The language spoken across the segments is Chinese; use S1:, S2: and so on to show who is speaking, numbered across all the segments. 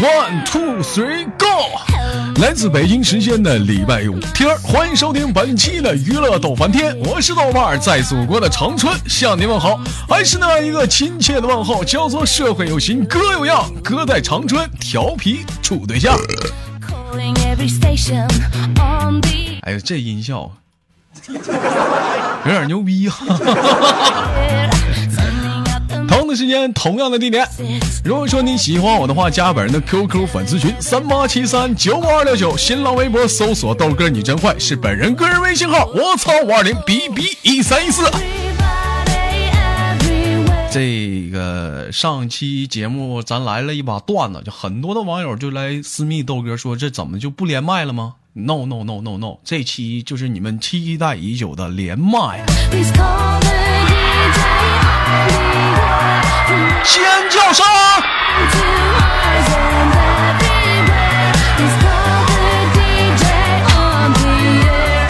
S1: One Two Three Go，来自北京时间的礼拜五天儿，欢迎收听本期的娱乐逗翻天，我是豆瓣儿，在祖国的长春向您问好，还是那一个亲切的问候，叫做社会有型哥有样，哥在长春调皮处对象。
S2: Calling every station on the
S1: 哎呀，这音效有点牛逼啊哈、
S2: air. Turning up the
S1: 同样的时间，同样的地点。如果说你喜欢我的话，加本人的 QQ 粉丝群三八七三九五二六九，新浪微博搜索豆哥你真坏，是本人个人微信号，我操五二零 b b 一三一四。
S2: everybody everywhere.
S1: 这个上期节目咱来了一把段子，就很多的网友就来私密豆哥说，这怎么就不连麦了吗？No No No No No，这期就是你们期待已久的连麦，
S2: Please call the DJ on the air. From
S1: 尖叫声。
S2: one to ours and everywhere. Please call the DJ on the air.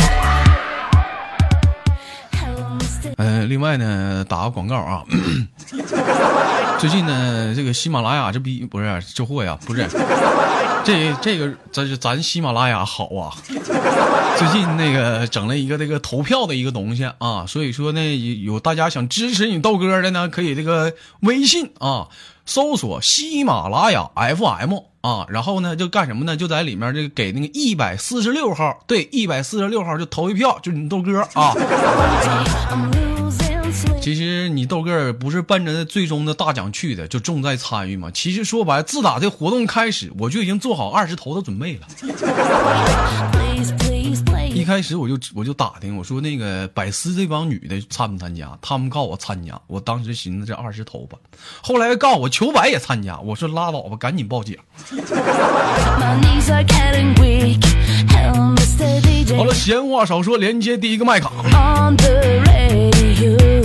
S2: Hello, Mr.
S1: 呃，另外呢，打个广告啊， 最近呢，这个喜马拉雅这逼不是这货呀，不是这这个咱咱喜马拉雅好啊，最近那个整了一个这个投票的一个东西啊，所以说呢，有有大家想支持你豆哥的呢，可以这个微信啊，搜索喜马拉雅 FM 啊，然后呢就干什么呢？就在里面这个给那个一百四十六号，对，一百四十六号就投一票，就是你豆哥啊。
S2: I'm losing sleep.
S1: 其实你豆哥儿不是奔着最终的大奖去的，就重在参与嘛。其实说白了，自打这活动开始，我就已经做好二十头的准备了。
S2: Please, please,
S1: 一
S2: please.
S1: 开始我就我就打听，我说那个百思这帮女的参不参加？他们告我参加，我当时寻思这二十头吧。后来告我求百也参加，我说拉倒吧，赶紧报警。
S2: My knees are getting weak. Hello, Mr. DJ.
S1: 好了，闲话少说，连接第一个麦卡。
S2: on the radio.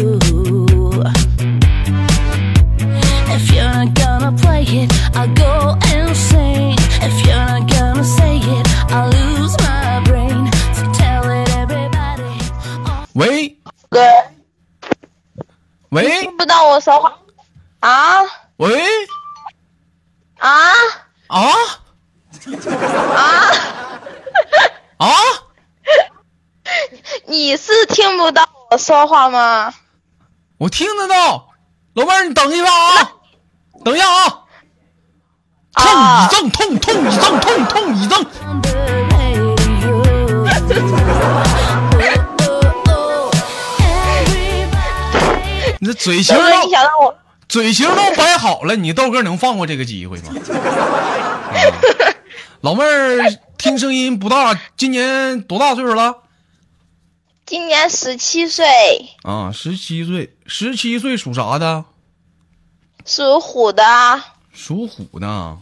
S2: If you're not gonna play it, I'll go insane. If you're not gonna say it, I'll lose my brain. So tell it everybody.
S1: 喂
S3: 哥，
S1: 喂
S3: 听不到我说话啊
S1: 喂
S3: 啊
S1: 啊
S3: 啊！
S1: 啊！
S3: 你是听不到我说话吗？
S1: 我听得到，老妹儿，你等一下啊，等一下啊。痛
S3: 啊
S1: 一，阵，痛痛一阵，痛痛一阵。
S2: On the radio. Oh, oh, oh. Everybody.
S1: 你这嘴型
S3: 哥哥，你
S1: 都
S3: 想让我
S1: 嘴型都摆好了，你豆哥能放过这个机会吗？啊老妹儿，听声音不大，今年多大岁数了？
S3: 今年十七岁，
S1: 啊，十七岁，十七岁属啥的？
S3: 属虎的，啊
S1: 属虎的啊。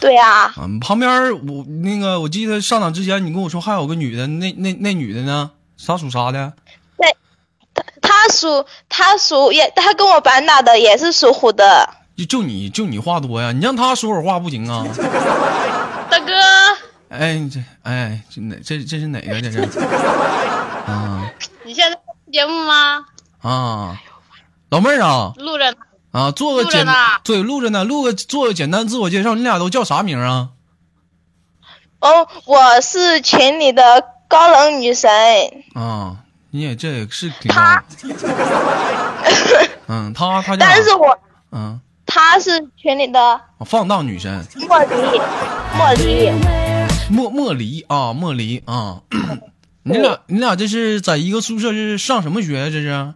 S3: 对啊，
S1: 啊，旁边儿我那个，我记得上场之前你跟我说还有个女的，那那那女的呢？啥属啥的？
S3: 他属他属也，他跟我板打的也是属虎的。
S1: 就就你就你话多呀，你让她说会儿话不行啊？
S3: 大哥，
S1: 哎，你这哎这哪这这是哪个这是？
S3: 你现在节目吗？
S1: 啊，老妹儿啊
S3: 录着呢。
S1: 啊，做个
S3: 录着
S1: 简
S3: 呢
S1: 对录着呢，录个做个简单自我介绍，你俩都叫啥名啊？
S3: 哦，我是群里的高冷女神。
S1: 啊，你也这是挺高
S3: 他
S1: 的，嗯，他他叫啥
S3: 但是我
S1: 嗯，
S3: 她是群里的
S1: 放荡女神
S3: 茉莉，茉莉。
S1: 莫莫离啊，莫离啊，你俩你俩这是在一个宿舍，这是上什么学啊？这是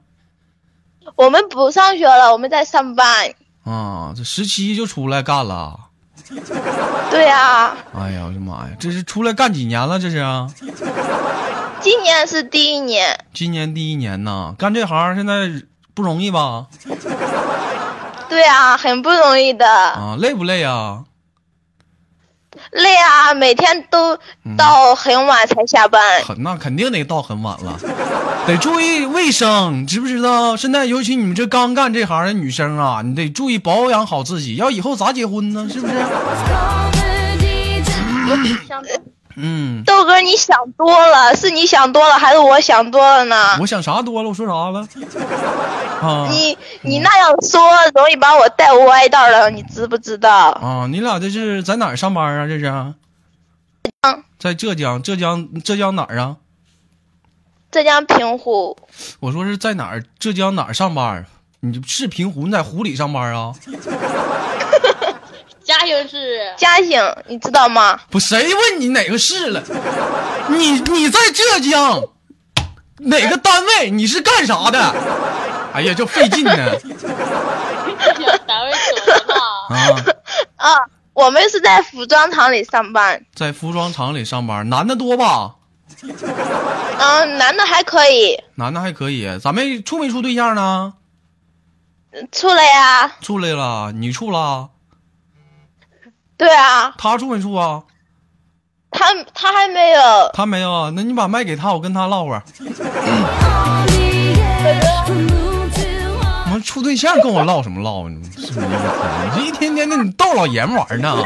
S3: 我们不上学了，我们在上班。
S1: 啊，这十七就出来干了，
S3: 对啊，
S1: 哎呀我的妈呀，这是出来干几年了？这是啊
S3: 今年是第一年，
S1: 今年第一年呐，干这行现在不容易吧？
S3: 对啊，很不容易的，
S1: 啊，累不累啊？
S3: 累啊，每天都
S1: 嗯
S3: 到很晚才下班。
S1: 很那肯定得到很晚了， 得注意卫生，知不知道？现在尤其你们这刚干这行的女生啊，你得注意保养好自己，要以后咋结婚呢？是不是？
S2: Call the DJ.
S1: 嗯，
S3: 豆哥，你想多了，是你想多了还是我想多了呢？
S1: 我想啥多了，我说啥了？啊
S3: 你你那样说容易把我带歪道了，你知不知道？
S1: 啊！你俩这是在哪儿上班啊？这是在浙江，浙江浙江哪儿啊？
S3: 浙江平湖，
S1: 我说是在哪儿？浙江哪儿上班？你是平湖？你在湖里上班啊？
S4: 嘉兴市
S3: 嘉兴，你知道吗？
S1: 不，谁问你哪个市了？你你在浙江哪个单位？你是干啥的？哎呀，就费劲呢
S4: 单位走的吧？
S1: 啊！
S3: 啊，我们是在服装厂里上班，
S1: 在服装厂里上班，男的多吧？
S3: 嗯，男的还可以，
S1: 男的还可以，咱们处没处对象呢？
S3: 处了呀，
S1: 处来了，你处了，
S3: 对啊，
S1: 他处没处啊？
S3: 他他还没有，
S1: 他没有啊？那你把麦给他，我跟他唠会儿。我们处对象跟我唠什么唠啊？你是不是一天你这一天天的，你逗老爷们玩儿呢？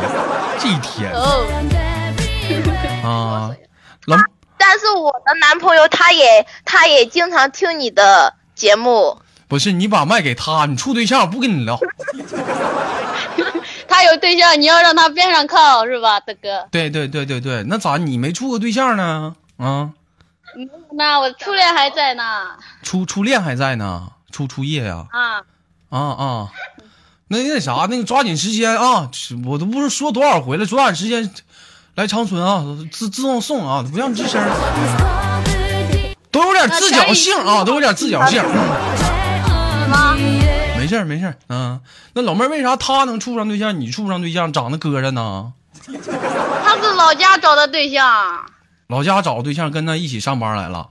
S1: 这一天
S4: 哦，
S1: 啊，老
S3: 但是我的男朋友他也他也经常听你的节目，
S1: 不是你把麦给他，你处对象不跟你唠。
S4: 他有对象，你要让他边上靠是吧，大哥？
S1: 对对对对对，那咋你没处过对象呢？啊，
S4: 那我初恋还在呢
S1: 初初恋还在呢，初初夜呀、
S4: 啊！
S1: 啊啊，那那啥，那个抓紧时间啊！我都不是说多少回了，抓紧时间来长春啊，自自动送啊，不让吱声，都有点自侥幸啊，都有点自侥幸。没事儿没事儿，嗯、那老妹儿为啥她能处上对象，你处不上对象，长得磕碜呢？
S4: 他是老家找的对象，
S1: 老家找个对象跟她一起上班来了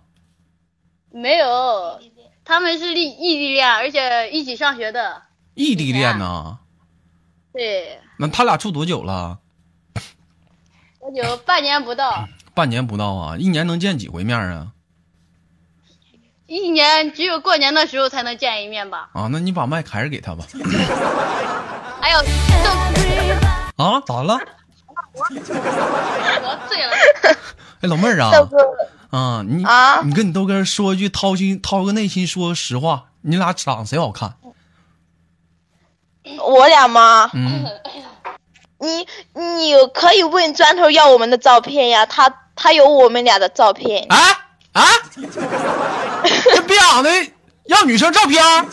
S4: 没有，他们是异异地恋，而且一起上学的。
S1: 异地恋呢？
S4: 对，
S1: 那他俩处多久了？
S4: 我有半年不到，
S1: 半年不到啊，一年能见几回面啊？
S4: 一年只有过年的时候才能见一面吧？
S1: 啊，那你把麦还是给他吧。
S4: 哎呦，
S1: 啊，咋了？
S4: 我醉了，
S1: 哎，老妹儿 啊，
S3: 豆哥，
S1: 啊，你
S3: 啊
S1: 你跟你豆哥说一句掏心掏个内心说实话，你俩长得谁好 看？
S3: 我俩吗？
S1: 嗯，
S3: 你你可以问砖头要我们的照片呀，他他有我们俩的照片，
S1: 哎哎，这逼养的要女生照片儿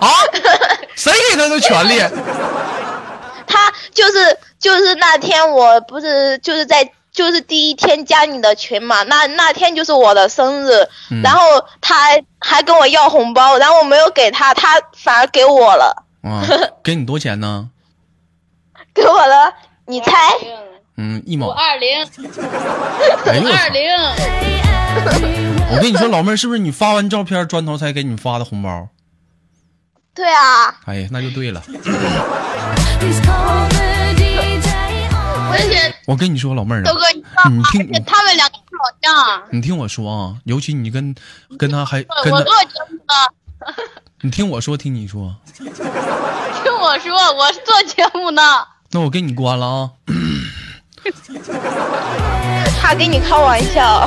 S1: 啊？谁给他的权利？
S3: 他就是就是那天我不是就是在就是第一天加你的群嘛，那那天就是我的生日，
S1: 嗯
S3: 然后他还还跟我要红包，然后我没有给他，他反而给我了，
S1: 啊，给你多少钱呢？
S3: 给我了，你猜？
S4: 哎
S1: 嗯，一
S4: 五
S1: 毛。
S4: 二零，
S1: 哎呦
S4: 五
S1: 我
S4: 二
S1: 操！
S4: 零，
S1: 我跟你说，老妹儿，是不是你发完照片，砖头才给你发的红包？
S3: 对啊，
S1: 哎呀，那就对了。
S4: 而且
S1: 我跟你说，老妹儿啊
S4: 豆，哥，你知道吗？
S1: 你听
S4: 而且他们两个是老乡，
S1: 你听我说啊，尤其你跟跟他还
S4: 我
S1: 跟
S4: 我
S1: 他，
S4: 做节目呢，
S1: 你听我说，听你说。
S4: 听我说，我做节目呢。
S1: 那我给你关了啊！
S3: 他跟你开玩笑，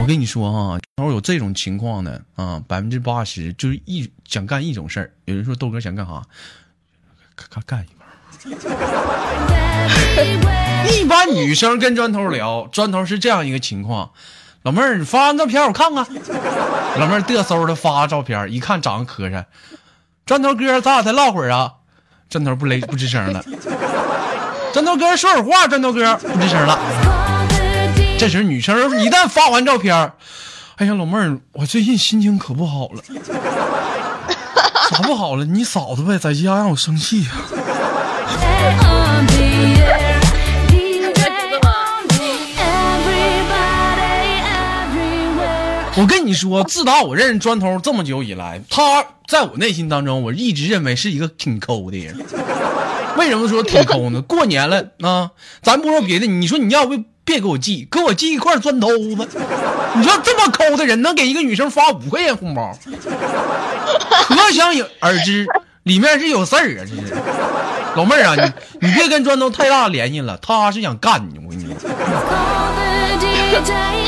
S1: 我跟你说啊，然后有这种情况的啊，百分之八十就是一想干一种事儿。有人说豆哥想干啥，干干干一半儿。 一般女生跟砖头聊，砖头是这样一个情况：老妹儿，你发完照片我看看。老妹儿嘚嗖的发照片，一看长得磕碜。砖头哥，咱俩再唠会儿啊。砖头不雷不吱声了。 砖头哥说会儿话，砖头哥不吱声了。这时女生一旦发完照片儿，哎呀，老妹儿，我最近心情可不好了， 咋不好了？你嫂子呗，在家让我生气呀、我跟你说，自打我认识砖头这么久以来，他在我内心当中，我一直认为是一个挺抠的人。为什么说挺抠呢？过年了啊，咱不说别的，你说你要不别给我寄，给我寄一块砖头子。你说这么抠的人，能给一个女生发五块钱红包，可想而知里面是有事儿啊！这是老妹儿啊，你你别跟砖头太大联系了，他是想干你，我跟你说。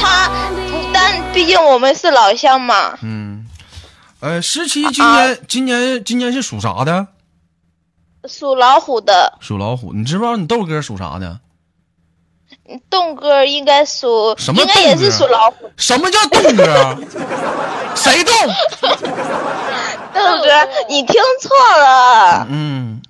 S3: 他但毕竟我们是老乡嘛，
S1: 嗯，呃，十七，今年、今年今年是属啥的？
S3: 属老虎的，
S1: 属老虎。你知不知道你豆哥属啥的？
S3: 栋哥应该属，
S1: 什么
S3: 应该也
S1: 栋哥
S3: 是
S1: 啊
S3: 属老虎。
S1: 什么叫动哥 啊？谁动？
S3: 豆哥，
S4: 嗯
S3: 你听错
S4: 啊
S3: 了
S1: 嗯，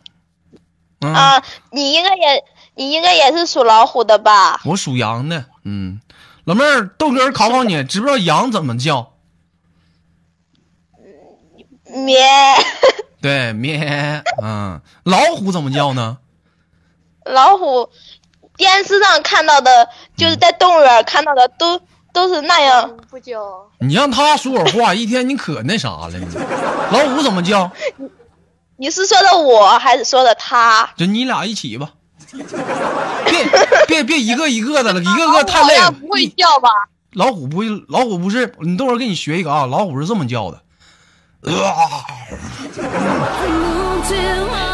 S1: 嗯，
S3: 啊！你应该也，你应该也是属老虎的吧？
S1: 我属羊的。嗯，老妹儿，豆哥考考你，知不知道羊怎么叫？
S3: 咩，
S1: 对，咩。嗯，老虎怎么叫呢？
S3: 老虎，电视上看到的，就是在动物园看到的，都都是那样。
S4: 不久，
S1: 你让他说会 儿话，一天你可那啥了你。老虎怎么叫？
S3: 你是说的我还是说的他？
S1: 就你俩一起吧。别别别一个一个的了，一个个太累 了
S4: 好啊像。不会叫吧？
S1: 老虎不会，老虎不是，你等会儿给你学一个啊。老虎是这么叫的，啊，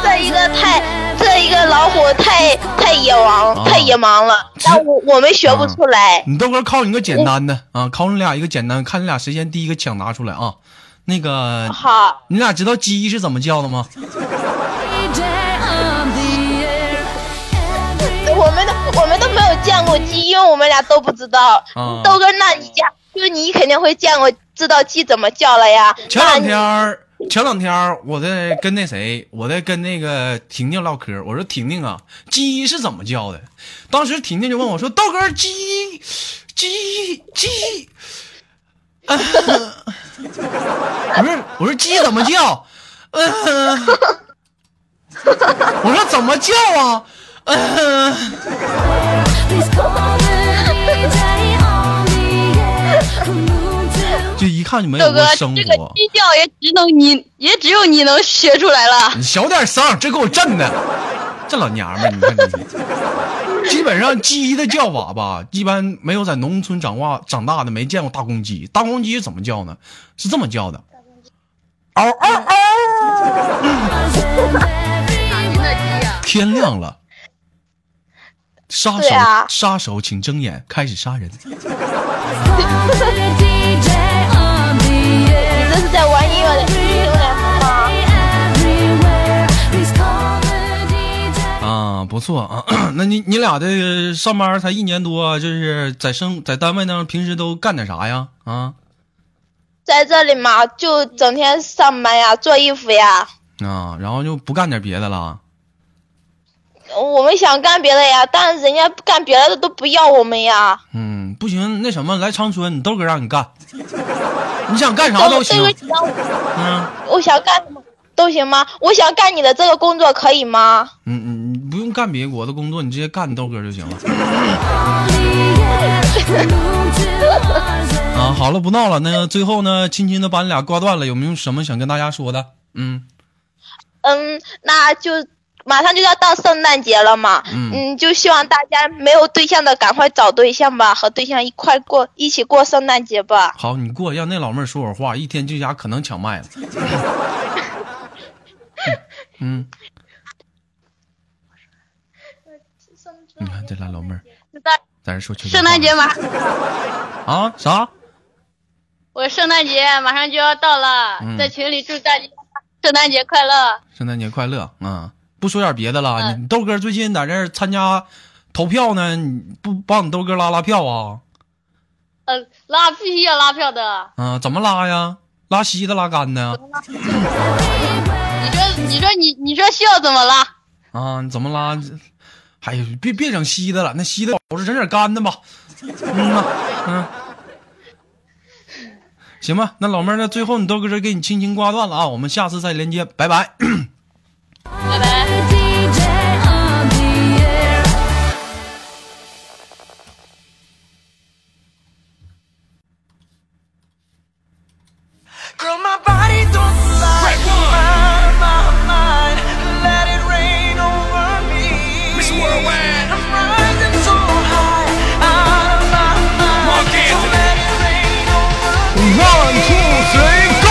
S3: 这一个太，这一个老虎太太野王，太野蛮了，但我我们学不出来。
S1: 你豆哥考你个简单的啊，考你俩一个简单，看你俩谁先第一个抢答出来啊。那个，
S3: 好，
S1: 你俩知道鸡是怎么叫的吗？
S3: 我们都我们都没有见过鸡，因为我们俩都不知道。
S1: 啊
S3: 豆哥，那你家就是你肯定会见过，知道鸡怎么叫了呀？
S1: 前两天
S3: 那你
S1: 儿，前两天儿我在跟那谁，我在跟那个婷婷唠嗑，我说婷婷啊，鸡是怎么叫的？当时婷婷就问我说，豆哥鸡鸡鸡，嗯啊、我说我说鸡怎么叫？嗯、我说怎么叫啊？嗯、就一看就没有
S4: 豆
S1: 过
S4: 哥，
S1: 生
S4: 这个
S1: 活。
S4: 鸡叫也只能你，也只有你能学出来了。
S1: 你小点声，这给我震的！这老娘们儿，你看这，基本上鸡的叫法吧，一般没有在农村长大长大的没见过大公鸡。大公鸡怎么叫呢？是这么叫的，嗷嗷嗷！天亮了，杀
S3: 对
S1: 手、
S3: 啊
S1: 杀手，请睁眼，开始杀人。
S3: 这是在玩音乐的音乐吗？
S1: 啊，不错啊。 那你你俩这上班才一年多，就是在生在单位呢，平时都干点啥呀？啊
S3: 在这里嘛，就整天上班呀，做衣服呀。
S1: 啊，然后就不干点别的了。
S3: 我们想干别的呀，但是人家干别的都不要我们呀。
S1: 嗯，不行，那什么，来长春，你豆哥让你 干，你想干啥
S3: 豆
S1: 都
S3: 哥，
S1: 行
S3: 这。个你让我
S1: 嗯
S3: 我想干什么都行吗？我想干你的这个工作可以吗？
S1: 嗯嗯，你不用干别国的工作，你直接干豆哥就行了。啊，好了，不闹了。那最后呢，轻轻的把你俩挂断了，有没有什么想跟大家说的？嗯
S3: 嗯，那就马上就要到圣诞节了嘛，
S1: 嗯
S3: 就希望大家没有对象的赶快找对象吧，和对象一块过，一起过圣诞节吧。
S1: 好，你过，让那老妹儿说会儿话，一天这家可能抢 麦了。嗯， 你看这俩老妹儿在这说悄悄
S4: 圣诞节马，
S1: 话啊啥？
S4: 我圣诞节马上就要到了，
S1: 嗯
S4: 在群里祝大家圣诞节快乐。
S1: 圣诞节快乐啊、嗯不说点别的了，你豆哥最近在这儿参加投票呢，你不帮你豆哥拉拉票啊？
S4: 呃，拉必须要拉票的。
S1: 啊、怎么拉呀？拉稀的，拉干的呀
S4: 你说，你说你，你说需要怎么拉？
S1: 啊？你怎么拉？哎呀，别别整稀的了，那稀的我是整点干的吧。嗯呐，嗯。行吧，那老妹儿，那最后你豆哥这给你轻轻挂断了啊，我们下次再连接，拜拜。
S4: 拜拜。
S5: Girl, my body don't lie. My, my, mind. Let it rain over me. Miss Worldwide. I'm rising so high. Out of my mind. So let it rain over me.
S1: One two three go！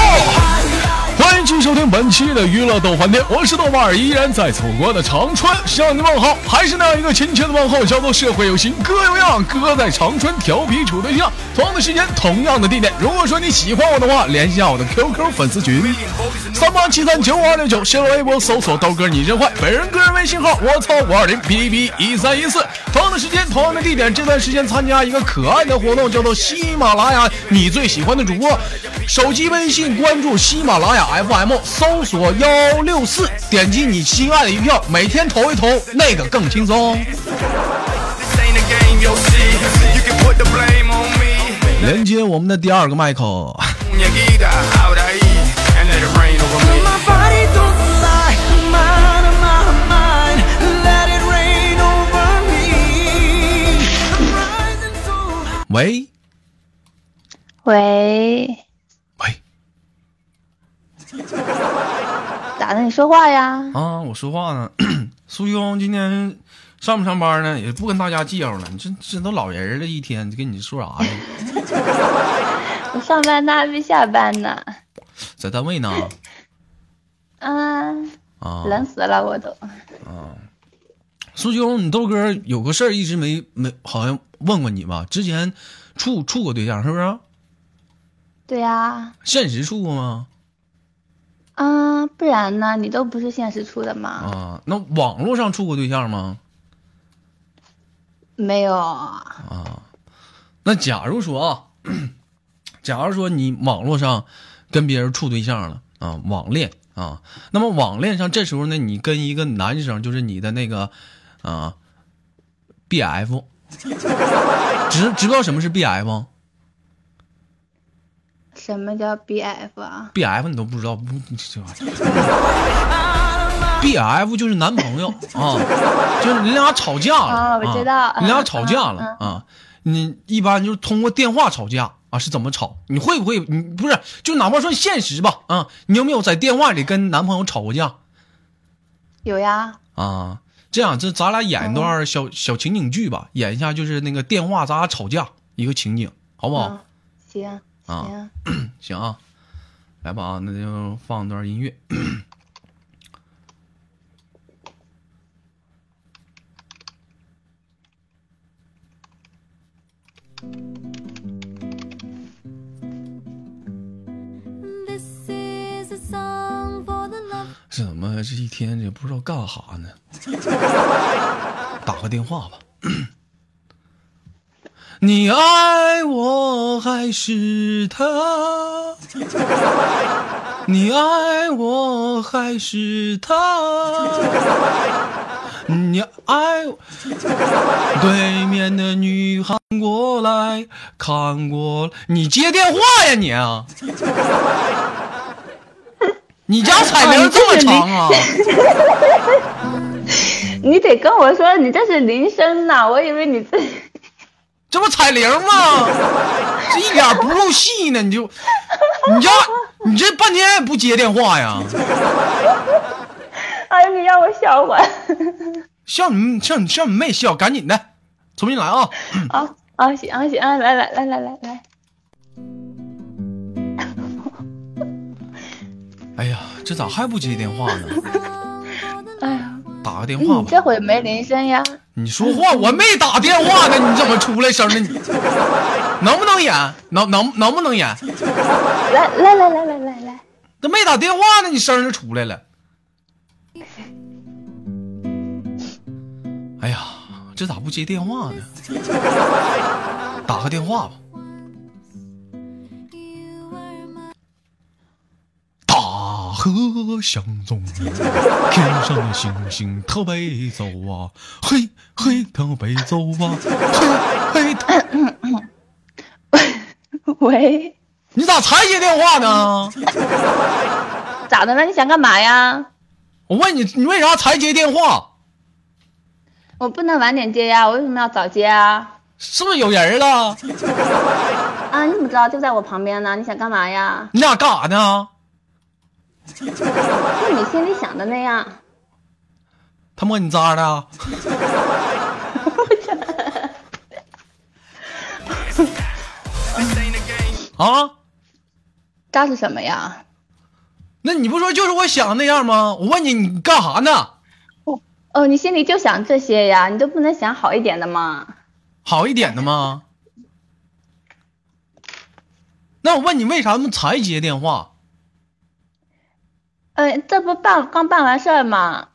S1: 欢迎继续收听本本期的娱乐逗翻天，我是豆瓣儿，依然在祖国的长春向你问好，还是那样一个亲切的问候，叫做社会有型哥有样，哥啊在长春调皮处对象。同样的时间，同样的地点。如果说你喜欢我的话，联系一下我的 QQ 粉丝群三八七三九五二六九，新浪微博搜索刀哥你真坏，本人个人微信号我操五二零 B B 一三一四。同样的时间，同样的地点，这段时间参加一个可爱的活动，叫做喜马拉雅你最喜欢的主播，手机微信关注喜马拉雅 FM，搜索幺六四，点击你心爱的一票，每天投一投，那个更轻松。
S5: This ain't a game, you'll see. You can put the blame on me.
S1: 连接我们的第二个麦克。
S5: Una guida, ahora ahí, and let it rain over me. My body don't lie, mind of my mind, let it rain over me. I'm rising so high.
S1: 喂
S6: 喂，
S1: 喂
S6: 咋的？你说话呀？
S1: 啊，我说话呢。 苏兄今天上不上班呢？也不跟大家介绍了，你这这都老人了，一天跟你说啥呢？
S6: 我上班呢，还没下班呢。
S1: 在单位呢？
S6: 啊，
S1: 啊，
S6: 冷死了我都。
S1: 苏兄，你豆哥有个事儿一直没没好像问过你吧？之前处处过对象是不是？
S6: 对呀、
S1: 现实处过吗？
S6: 啊，不然呢？你都不是现实处的吗？
S1: 啊，那网络上处过对象吗？
S6: 没有，
S1: 啊那假如说 啊，假如说你网络上跟别人处对象了啊，网恋啊，那么网恋上这时候呢，你跟一个男生，就是你的那个啊，BF，知知道什么是 BF？BF
S6: 什么叫 BF 啊？
S1: 你都不知道，不这玩意儿。B F 就是男朋友啊，就是你俩吵架了，
S6: 啊我知道
S1: 啊
S6: 嗯
S1: 你俩吵架了
S6: 嗯
S1: 啊，你一般就是通过电话吵架啊，是怎么吵？你会不会？你不是，就哪怕说现实吧啊，你有没有在电话里跟男朋友吵过架
S6: 有呀，
S1: 啊？这样，这咱俩演一
S6: 哦
S1: 段小、小情景剧吧，演一下就是那个电话咱俩吵架一个情景，好不好？
S6: 嗯行
S1: 啊
S6: 行，
S1: 行啊，来吧啊，那就放段音乐。
S2: This is a song for the love.
S1: 这怎么这一天也不知道干哈呢？打个电话吧。 你爱我还是他？你爱我还是他？你爱我对面的女喊过来，看过来，你接电话呀你啊！你家彩铃这么长啊？
S6: 你得跟我说你这是铃声呐，我以为你这
S1: 这不彩铃 吗？这一点不入戏呢，你就，你家，你这半天也不接电话呀？
S6: 哎呀，你让我笑会
S1: 嗯
S6: 儿。
S1: 像你像你像你妹笑，赶紧的，重新来啊！
S6: 啊啊行啊行啊，来来来来来来，
S1: 哎呀，这咋还不接电话呢？
S6: 哎呀，
S1: 打个电话
S6: 你
S1: 吧。
S6: 这会没铃声呀？
S1: 你说话，我没打电话呢，你怎么出来声呢？你 能不能演？能能能不能演？
S6: 来来来来来来来，
S1: 这没打电话呢，你声儿就出来了。哎呀，这咋不接电话呢？打个电话吧，
S2: You are my
S1: 大河向东流，天上的星星它北走啊，嘿嘿它北走啊，嘿嘿它。
S6: 喂，
S1: 你咋才接电话呢？
S6: 咋的了？你想干嘛呀？
S1: 我问你，你为啥才接电话？
S6: 我不能晚点接呀，我为什么要早接啊？
S1: 是不是有人了？
S6: 啊，你怎么知道就在我旁边呢？你想干嘛呀？
S1: 你俩干啥呢？
S6: 就你心里想的那样。
S1: 他摸你渣的？啊
S5: This ain't a game.
S1: 啊？
S6: 干是什么呀？
S1: 那你不说就是我想的那样吗？我问你，你干啥呢？
S6: 哦，你心里就想这些呀，你都不能想好一点的吗？
S1: 好一点的吗？那我问你，为啥他们才接电话？
S6: 呃，这不办刚办完事儿吗？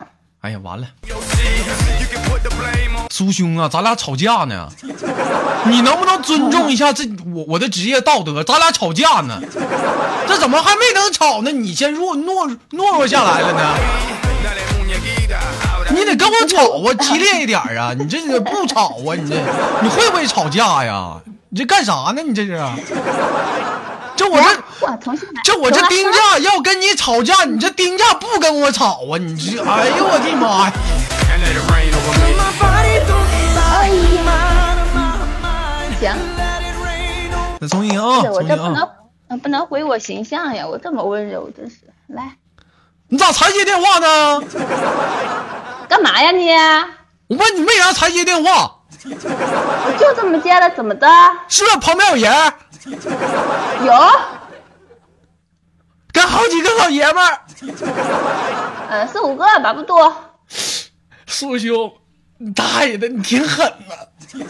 S1: 哎呀，完了！苏兄啊，咱俩吵架呢，你能不能尊重一下这我我的职业道德？咱俩吵架呢，这怎么还没等吵呢，你先弱懦懦弱下来了呢？你得跟我吵啊，激烈一点啊！你这不吵啊，你这你会不会吵架呀？你这干啥呢？你这是？这我这。
S6: 哇，重新来，
S1: 这我这
S6: 重来
S1: 丁
S6: 重来
S1: 架要跟你吵架，你这丁架不跟我吵啊！你这，哎呦我的妈呀！
S5: My body don't stop. Mind, mind, mind.
S6: 行，
S5: Let it rain on
S1: 那重新啊，
S6: 是我
S1: 重
S6: 这
S1: 新
S6: 不能
S1: 啊！、
S6: 呃不能毁我形象呀，我这么温柔，真是。来，
S1: 你咋才接电话呢？
S6: 干嘛呀你？
S1: 我问你为啥才接电话？
S6: 我就这么接了，怎么的？
S1: 是不是旁边有人？
S6: 有，
S1: 跟好几个老爷们儿。
S6: 呃，四五个吧，不多。
S1: 苏兄，你大爷的，你挺狠呐、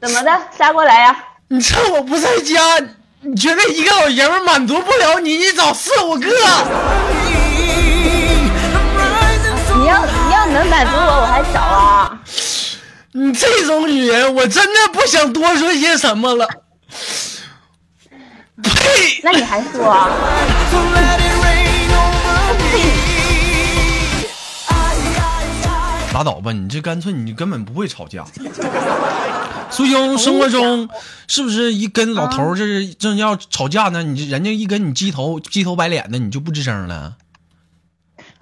S6: 怎么的？杀过来呀、
S1: 你趁我不在家，你觉得一个老爷们儿满足不了你，你找四五个？
S5: me. I'm rising so
S6: 你要你要能满足我，我还找啊。
S1: 你这种女人，我真的不想多说些什么了。呸！
S6: 那你还说啊？
S5: high. So let it rain over me. I, I, I.
S1: 拉倒吧，你这干脆你根本不会吵架。 苏
S6: 哎
S1: 兄，生活中是不是一跟老
S6: 嗯
S1: 头儿这是正要吵架呢？你这人家一跟你鸡头鸡头白脸的，你就不吱声了？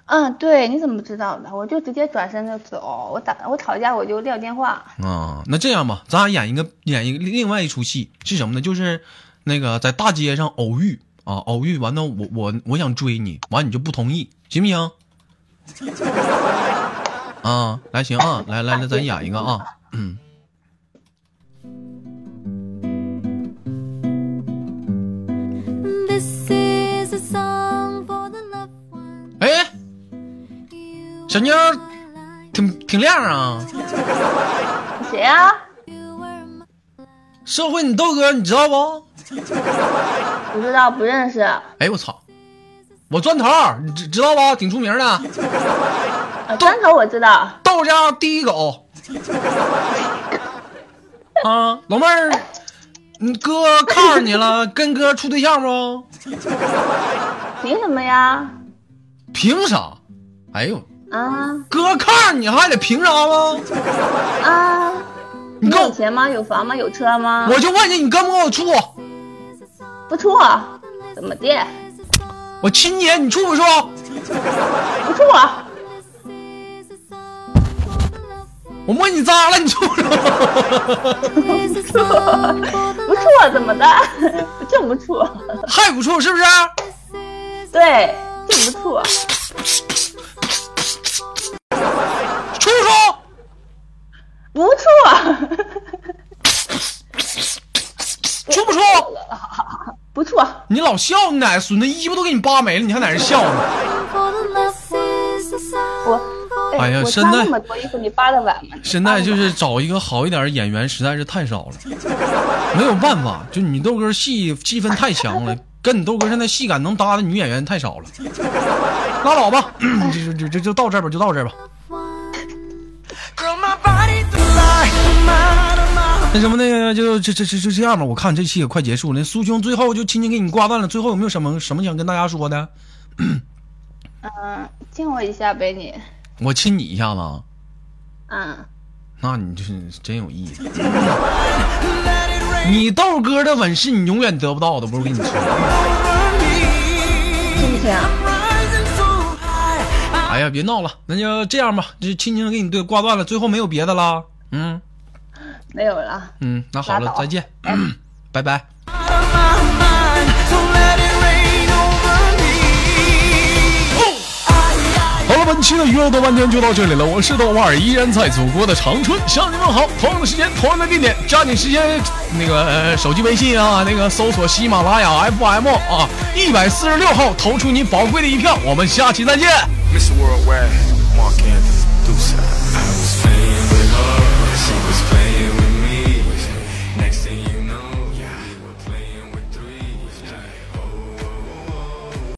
S6: 嗯，对，你怎么知道的？我就直接转身就走。我打我吵架我就撂电话。
S1: 啊、那这样吧，咱俩演一个演一个另外一出戏是什么呢？就是那个在大街上偶遇啊，偶遇完了我我我想追你，完你就不同意，行不行？ 啊，来行啊，来来来，咱演一个啊，嗯。
S2: This is a song for the loved one.
S1: 哎，
S2: You
S1: 小妞儿
S2: are my life.
S1: 挺挺亮啊！
S6: 谁啊？
S2: You were my
S1: 社会你豆哥你知道不？
S6: 不知道，不认识。
S1: 哎呦我操！我砖头儿，你知知道吧？挺出名的，
S6: 呃，啊砖头我知道。
S1: 道家第一 狗。啊，老妹儿，你哥看上你 了，跟哥处对象不？
S6: 凭什么呀？
S1: 凭啥？哎呦，
S6: 啊
S1: 哥看上你还得凭啥吗？
S6: 啊！
S1: 你
S6: 你
S1: 跟
S6: 有
S1: 我，
S6: 钱吗？有房吗？有车吗？
S1: 我就问你，你跟不跟我处？
S6: 不处，怎么的？
S1: 我亲姐，你处不处？
S6: 不啊处，
S2: is a song for the loved
S1: 我摸你渣了，你处不 处？
S2: one. Is a song for the
S6: 不处怎么的？ 就不处，
S1: 还不处是不是？
S6: 对，就不处。
S1: 处不处？
S6: 不啊处，
S1: 处不处？
S6: 不处，
S1: 你老笑你奶孙子，衣服都给你扒没了，你还在这笑呢？
S2: for the loved one. Is a song
S6: 我，
S1: 哎呀
S6: 我
S1: 现
S6: 穿
S1: 在
S6: 那么多衣服，你扒得完吗？
S1: 现在就是找一个好一点的演员实在是太少了，没有办法，就你豆哥戏气氛太强了，跟你豆哥现在戏感能搭的女演员太少了，拉倒吧， 就就就就就到这儿吧，就到这儿吧。
S5: Girl, my body don't lie. Mind, mind.
S1: 那什么，那个就就就就就这样吧，我看这期也快结束了。那苏兄最后就轻轻给你挂断了，最后有没有什么什么想跟大家说的？
S6: 嗯，亲我一下呗你，
S1: 我亲你一下子，啊
S6: 嗯，
S1: 那你就是真有意思。
S5: Let it rain
S1: 你豆哥的吻是你永远得不到的，不是我跟你说。
S5: over me.
S6: 亲不亲啊？
S5: Rising so high.
S1: 哎呀，别闹了，那就这样吧，就轻轻地给你对挂断了，最后没有别的啦。嗯
S6: 没有了，
S1: 嗯，那好
S6: 拉
S1: 了，
S6: 倒
S1: 再见， 拜拜。
S5: out of my mind. So let it rain over me.
S1: 好了，本本期的娱乐豆瓣天就到这里了，我是豆瓣儿，依然在祖国的长春向你们好。同样的时间，同样的地点，抓紧时间那个、呃手机微信啊，那个搜索喜马拉雅哦 FM 啊，一百四十六号投出你宝贵的一票，我们下期再见。
S7: Mr. Worldwide.
S5: oh,